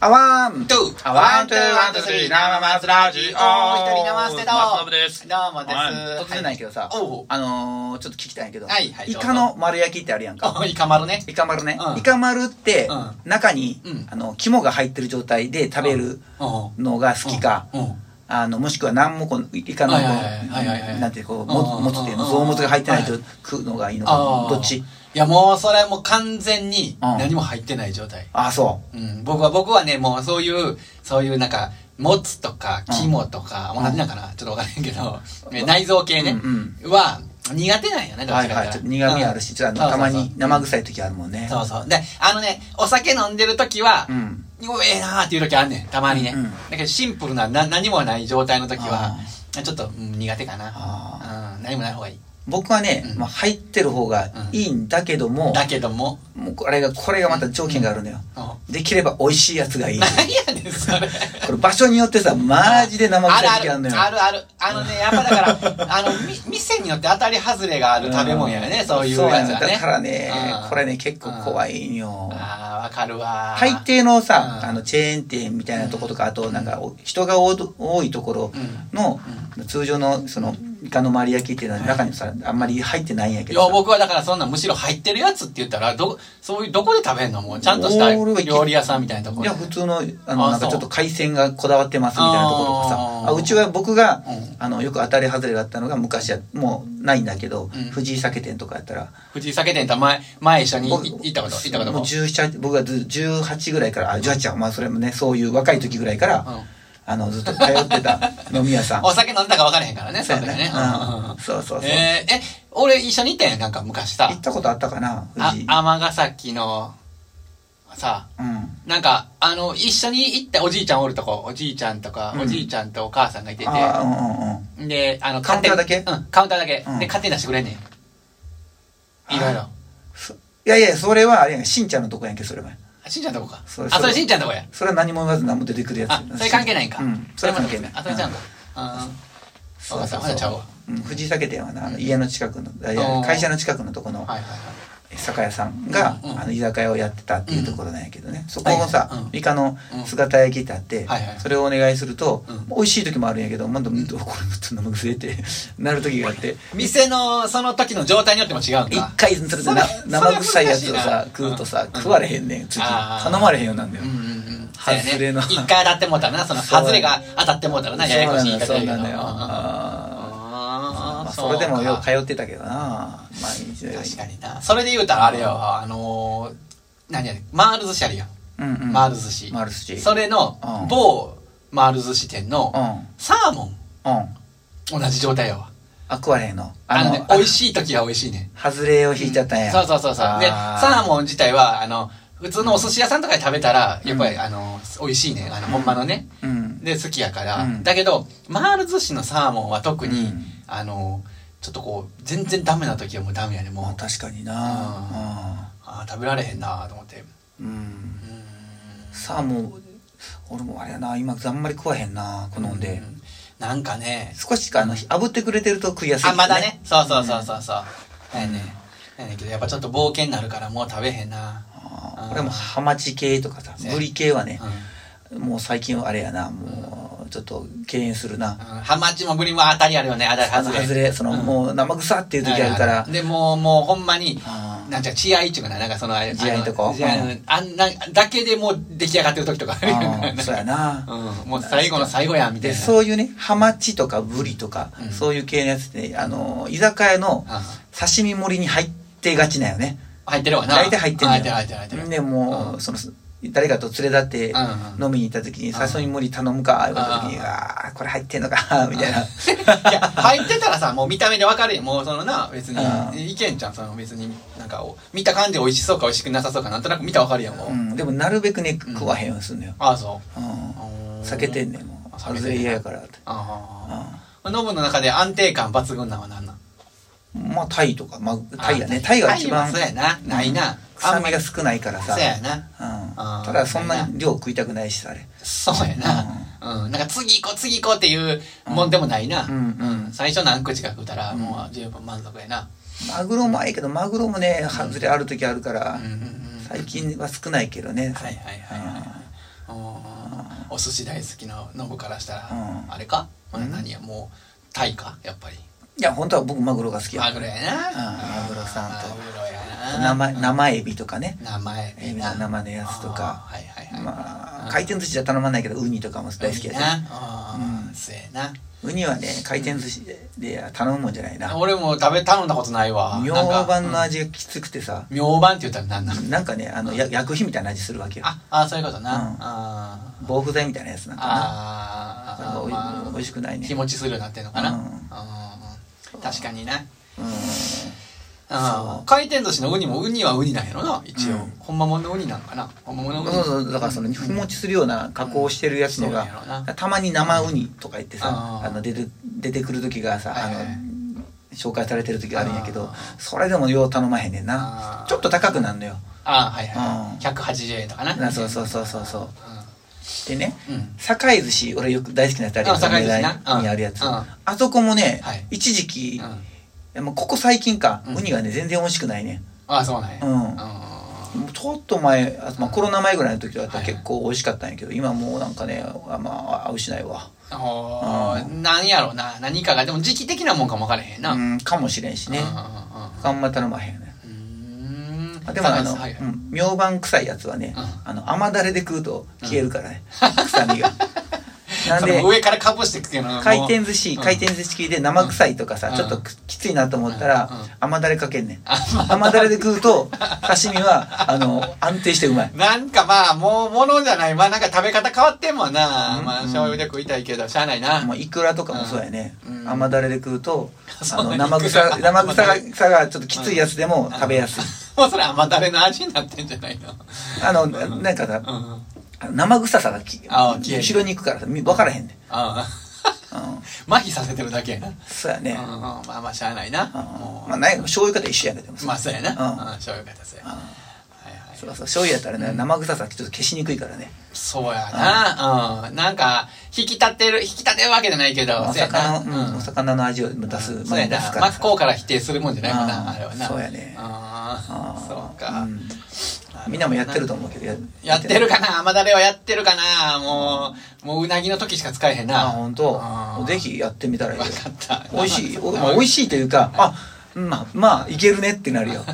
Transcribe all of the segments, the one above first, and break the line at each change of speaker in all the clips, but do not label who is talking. あわん
トゥ
あワンツーワンツースリー生マスラジオ
おー一人生捨てだ
松信です
どうもです
は
突然なんやけどさ、
おう
あのー、ちょっと聞きたいんやけど、
はいはい
イカの丸焼きってあるやんか
あイカ丸ね
イカ丸ね、
うん
イカ丸って
う
中に、
うん
あの肝が入ってる状態で食べる
好
のが好きか、
うん
あのもしくは何もこのイカのこう
はいはいはいはい
なんていうこう
う
も
ん
もつっていうの臓物が入ってないと
はい
食うのがいいのか
あー
どっち
いやもうそれはもう完全に
うん
何も入ってない状態
ああそ
うん僕は僕はねもうそういうそういうなんかもつとか
うん
肝とかもう何なんかなちょっとわからへんけどえ内臓系
う、
ね
うん
は苦手なんやね
うん
どっ
は
ち
い
かっ
は
て
いちょっと
言
苦
ったら
味あるし、ちょっと
う
あ
ん
のたま
そうそう
に
そう
生臭い時あるもんね
そうそうであのねお酒飲んでる時は
うん
うええなーっていう時あんねんたまにね、
うんうん
だけどシンプルなな何もない状態の時は
あ
ちょっと、うん苦手か
あ
な、うん、何もない方がいい
僕はね、
うん
まあ、入ってる方がいいんだけども、
だけども、
もうこれがこれがまた条件があるのよ、
うん
できれば美味しいやつがいい
何やねんそれ
これ場所によってさ マジで生臭い時あ
あ
る
る
のよ
あるあるあるあのねやっぱ だからあのみ店によって当たり外れがある食べ物やね、
ん
そういう
そ
や
な
つ
の
はね
だからね
うん
これね結構怖いんよ
ああわかるわー
大抵のさ、
うん
あのチェーン店みたいなとことか、あとなんかお人が多い多いところの、通常のそのイカの丸焼きっていうのは中にさ、あんまり入ってないんやけ
い
ど
や
さ
僕はだからそんなむしろ入ってるやつって言ったらどそういうどこで食べんのもうちゃんとした
俺は
料理屋さんみたいなとこ
い
ろ
や
で
普通のあの
あ
なんか
そう
ちょっと海鮮がこだわってますみたいなところとか
あ
さ
ー
あうちは僕が、
うん
あのよく当たり外れがあったのが昔はもうないんだけど、
うん
藤井酒店とかやったら
藤井酒店と前前一緒に
僕
行ったこと行ったこと
もう
も
17僕がず18ぐらいからあ18じゃんまあそれもねそういう若い時ぐらいから、
うん
あのずっと通って た飲み屋さん
お酒飲んだか分からへんからね、
そ
そうう
や
だ
ね
ね。
うんそうそうそう、
えーえ、俺一緒に行ったやん、なんか昔さ
行っ。たことあったかな
あ
藤井、
尼崎の、さ、
うん
なんか、あの、一緒に行ったおじいちゃんおるとこ、おじいちゃんとか、
うん
おじいちゃんとお母さんがいてて、
あーうんうんうん
で、あの、
カウンターだけ
勝手にうん、カウンターだけ。
うん
で、勝手に出してくれんねん。いろいろ。
いやいやそれはあれやんしんちゃんのとこやんけそれは
あしんちゃんとこか。
それ
あ、
そ
そ
れ
れしんちゃんとこや。
それは何も言わず何も出てくるやつ
あ、それ関係ないんか。
うんそれは関係ない
あ、それちゃうんか。あーわかった、ほなちゃうわ。
うん、藤井酒店はな、あの
うん
家の近くのあいや
あー
会社の近くのとこの
はいはいはい。
酒屋さんが、
うんうん
あの居酒屋をやってたっていうところなんやけどね、そこもさ、
はいはいうん
イカの姿焼きってあって、
はいはい
それをお願いすると、
うん
美味しい時もあるんやけど、ま、だこれちょっと生癖って なる時があって
店のその時の状態によっても違うん
一
か
回それでな
それ
生臭いやつを
それ
さ
は
食うとさ、
うん
食われへんねん次
あー
頼まれへんようなんだ
う
よ、
んうんうん
外れの
そうやね一回当たってもうたらなその
そう
外れが当たってもうたらなややこしい言い方
そう
や
な
け
んだ
ど
よそうなのよ
あ
あー
あ
まあ、
ー
それでもよ
う
く
か
通ってたけどな毎日のよう
確かになそれで言うたらあれよあのー何やねマール寿司あるよ
うんうん
マール寿司
回る寿司
それの
うん
某マール寿司店
う
の
ん
サーモン
うん
同じ状態やわ
アクアレイの。
あのね美味
い。
しい時は美味しいねん
外れを引いちゃったんや。
そうそうそうそうでサーモン自体はあの普通のお寿司屋さんとかで食べたらやっぱり、
う
あの美味しいねあのほんまのね、
ーモン。うん。
で好きやから、
うん
だけどマール寿司のサーモンは特に、
うん
あのちょっとこう全然ダメな時はもうダメやねもう
まあ確かにな
あー食べられへんなと思って
うん。うん
う。ーん
サーモン、俺もあれやな、今あんまり食わへんな、好んで
う。なんかね
少しか、あの、炙ってくれてると食いやすい。
あまだね。そうそうそうそうそう、だよねだよねけどやっぱちょっと冒険になるからもう食べへんな、
あ
う
ー
ん
俺もハマチ系とかさ、
ね
ブリ系は
うん
ね、もう最近はあれやな、もう、ちょっと敬遠するな。
うんハマチもブリも当たりあるよね当たり
あの
外れ
外れ、その、
うん
もう生臭っていう時あるから。
でもうもうほんまに
あー
なんちゃう血合いっていうかななんかそのあれ
血合いとこ
あの血合いのあんなだけでもう出来上がってる時とかあるよ
あ
ね
ーそうやな。
うん、もう最後の最後やみた
で
いな
そういうねハマチとかブリとか、
うん
そういう系のやつって、あの居酒屋の
あ
刺身盛りに入ってがちなんよね
入ってるわな
大体入ってんのよ
入ってる入ってる入ってる
でもう、
うん
その誰かと連れ立って
うん
飲みに行った時に
ん
刺身盛り頼むか言われた時に
うん
ああこれ入ってんのかみたいな
い や入ってたらさもう見た目で分かるよもうそのな
う
別
ん
にいけんちゃんその別になんかお見た感じ美味しそうか美味しくなさそうかなんとなく見たら分かるやんもう、
うんでもなるべくね食わへんようにすんのよ、
ああそううんうん
避けてんねんもう
避けてんねん
外れ嫌やからって、
ああノブの中で安定感抜群なのは何なん
うんまあタイとか、まあ、タイやねタイが一
タイは
番
そうやなないな
臭みが少ないからさ
そうやな
うん
うん
ただそんなに量食いたくないしさあれ
そうやな、うん、なんか次行こう次行こうっていうもんでもないな、
うんうん
最初何口か食うたら
うん
もう十分満足やな、
マグロもあいいけどマグロもね外れある時あるか
う
ら
んうんうん、
最近は少ないけどね
はいはいはいはいお寿司大好きなノブからしたら、
うん
あれか、まあ、
うん
何やもうタイかやっぱり
いや本当は僕マグロが好き
マ
や
グロやな
うんマグロさんと
マグロやな
生生エビとかね
名前
エビの生のやつとか
はいはいはい
ま
う
あ
ん
回転寿司じゃ頼まないけどウニとかも大好きやし
いいなう
うんん
せえな
ウニはね回転寿司でで頼むもんじゃないな
俺も食べ頼んだことないわ
明
なんか
晩の
うん
味がきつくてさ
明晩って言ったら何なの
なんかねあのや薬品みたいな味するわけよ
ああそういうことな、
うん
あー
防腐剤みたいなやつなんかな
あ
なんか
ー
おい
まあ
美味しくないね
日持ちするようになってんのかな、
うん
うん確かにな
うん
あ
そう
回転寿司のウニもウニはウニなんやろな一応、
うん
ほんまもんのウニなんかなほんまもんのウニ
そうそうだからその日持ちするような加工してるやつの
うんしてるんやろ
が
な
たまに生ウニとか言って
あ
さ
ー
あの出て出てくる時がさあ
はいはいはい
の紹介されてる時があるんやけど
あ
それでもよう頼まへんねんな
あー
ちょっと高くなんのよ
ああはい
う
はい
ん
180円とかな
なそうそうそうそうそうでね
うん、うん
堺寿司俺よく大好きなやつあるや
あ
つ
堺寿司なうん
にあるやつ
うん
あそこもね
はい
一時期
うん
もうここ最近か
うん
ウニがね全然美味しくないね
ああそうなんや
うん
あ
もうちょっと前あまあコロナ前ぐらいの時だったら
はい
結構美味しかったんやけど今もうなんかねあまあ合うしないわ
ーほーなんやろうな何かがでも時期的なもんかも分からへんな、
うんかもしれんしねあんま頼まへんよね
うんうんうん
あでもあの、
はいはい
うん明晩臭いやつはね、
う
あの甘だれで食うと消えるからね、臭み がなん
そ
で
の上からかぶしてくけどもう
回転寿司、
うん
回転寿司系で生臭いとかさ、
うん
ちょっとくきついなと思ったら、
うんうん
甘だれかけんねん
あ
甘だれで食うと刺身はあの安定してうまい
なんかまあ、もう、ものじゃない。まあなんか食べ方変わってんもんな。
うん
まあ、醤油で食いたいけど、しゃあないな。
もうイクラとかもそうやね、
うん
甘だれで食うと
そう
あの
なんだ
生臭
イクラ
生臭がさがちょっときついやつでも食べやすい、
もうそれ甘だれの味になってんじゃないの。
あのななんかさ
うん。あ
生臭さがき
あ消える
後ろに行くからさみ分からへんねん、
あ。
うん、
麻痺させてるだけやな。うん
そうやね、
まあまあ、しゃあないな。
うん
も
まあない醤油方一緒やけども
う、まあそうやな。
うん
うん醤油方そうや。
うん
はいはい
そうそう醤油やったらね生臭さちょっと消しにくいからね
そうやな。うん。なんか、引き立てる、引き立てるわけじゃないけど、
お
そうや
魚
な
の、うんお魚の味を出す、
そうや
出
な
す。
真っ向から否定するもんじゃないもん
うん
な、あれはな。
そうやね
ああ、
あー
そうか
う。んみんなもやってると思うけどや
やってる
か
かな甘だれはやってるかなもう、もううなぎの時しか使えへんな。
あ本
あ
当
ー
ぜ。ひやってみたらいいよ
わかった。
美味しいおまあ
美
美
味
味
しい。
しいというかあまあまあいけるねってな るよ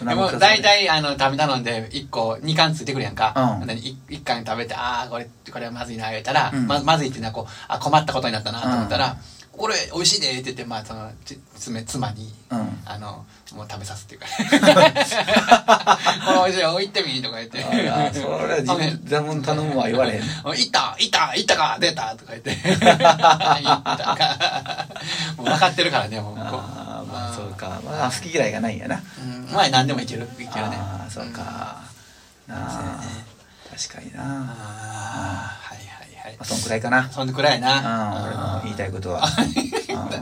うん
でも、大体、あの、食べ頼んで、1個、2貫ついてくるやんか。
うん
で一 1, 貫食べて、ああ、これ、これはまずいな、言うたら、
うん
ままずいってな、こう、あ、困ったことになったな、と思ったら、これ、美味しいで、って言って、まあ、その、ち妻妻に、
うん
あの、もう食べさせてくれ。 これ美味しいよ、行ってみ、とか言って。
あらそれは 自分座もん頼むわ言われへん
おいったいったいったか出たとか 言って。いったか。もう分かってるからね、もう向こう。
あーまあそうかまあ好き嫌いがないんやな
うん。前何でもいける、いけるね。
ああそうかなあ確かに
うん。
な
ああ、はいはいはい
まあ。そんくらいかな
そんでくらい
うん俺
な。
の言いたいことはうん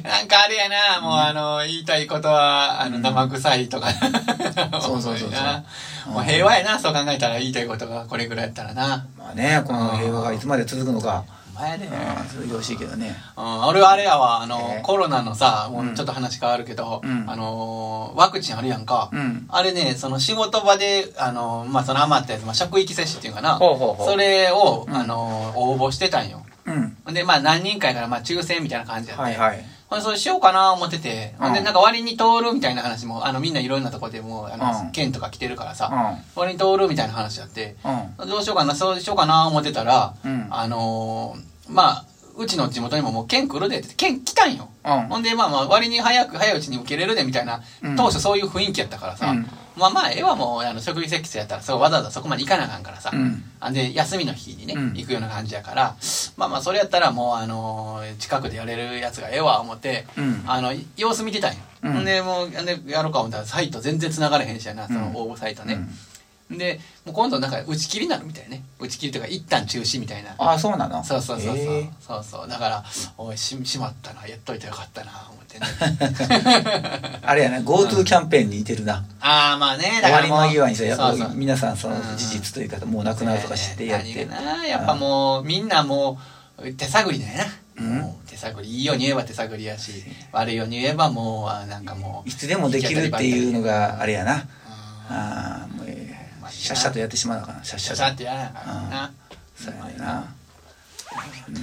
なんかあれやな、もうあの、言いたいことは、あの、生臭いとか。
そうそうそうそう
多いなもう平和やな、そう考えたら言いたいことがこれぐらいやったらな。
まあねこの平和がいつまで続くのか
お前で
うんそれよろしいけどね
うん、俺はあれやわ、あの、
えー
コロナのさ、も
う
うんちょっと話変わるけど、
うん
あのー、ワクチンあるやんか。
うん
あれね、その仕事場で、あのー、まあ、その余ったやつ、まあ、職域接種っていうかな。
ほうほうほう
それを、
うん
あのー、応募してたんよ。
うん
で、まあ、何人かやから、まあ、抽選みたいな感じやって。
はいはい
ほんでそれしようかな思ってて、ほんで、
うん
なんか割に通るみたいな話も、あの、みんないろんなとこでもう、あ
う
の、
ん
県とか来てるからさ、
う
割に通るみたいな話やって、
んうん
どうしようかな、そうしようかな思ってたら、
うん
あのーまあ、うちの地元にももう県来るでって言って、県来たんよ。
うん
ほんで、まあまあ、割に早く早いうちに受けれるでみたいな
うん、
当初そういう雰囲気やったからさ、
うん
まあまあ、ええわもう、あの、職員席生やったら、そうわざわざそこまで行かなあかんからさ、
うん
あんで、休みの日にね、
うん
行くような感じやから、まあまあ、それやったらもう、あのー近くでやれるやつがええわ思って、
うん
あの、様子見てたんよ。
うん
ほんで、もう、ほんでやろうか思ったら、サイト全然繋がれへんしやな、その応募サイトね。でもう今度なんか打ち切りになるみたいね打ち切りとか一旦中止みたいな
ああそうなの
そうそうそうそう、
へえ
そうそうだからおいししまったなやっといてよかったな思ってね
あれやな GoTo キャンペーンに似てるな
ああまあねだ
終
か
わ
ら
り
も
間
う
際にさやっぱ
そうそう
皆さんその
うん
事実というかもうなくなるとか知ってやって
何がなやっぱもうみんなもう手探りだよな、
うん
もう手探りいいように言えば手探りやし悪いように言えばもうあなんかもう
いつでもできるっていうのがあれやな
うん
ああもうええ
まか
シャッシャとやってしまうのかなシャッ
シ
シ
ャ
ャ
シャっ
と
てやらなあかんな
そうやねんなうん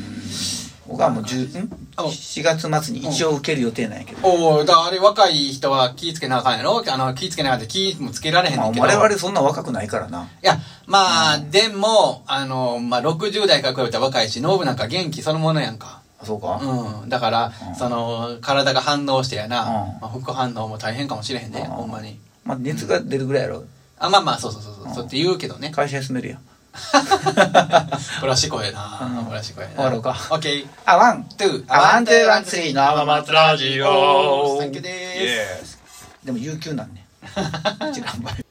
僕はもう10ん7月末に一応受ける予定なんやけど
おおだからあれ若い人は気ぃつけなあかんやろあの気ぃつけなあかんって気もつけられへんね
まあ
んけど、
我々そんな若くないからない
や、まあ、でも、あの、まあ、60代から比べたら若いし、ノブなんか元気そのものやんか。
あそうか
うん。だから、
うん
その、体が反応してやな、
うん
まあ、副反応も大変かもしれへんね、
うん
ほんまに。
まあ熱が出るぐらいやろ
あ、まあまあ、そうそうそうそう、
うん
そうって言う けどね。
会社休めるやん
これはしこえな、
うん
これはしこえな。
終わろうか
オッケー。
あワン
トゥー。
ワンツーワンツー生松ラジ
オサンキュー
で
です
でも有給なんねうちらあんまり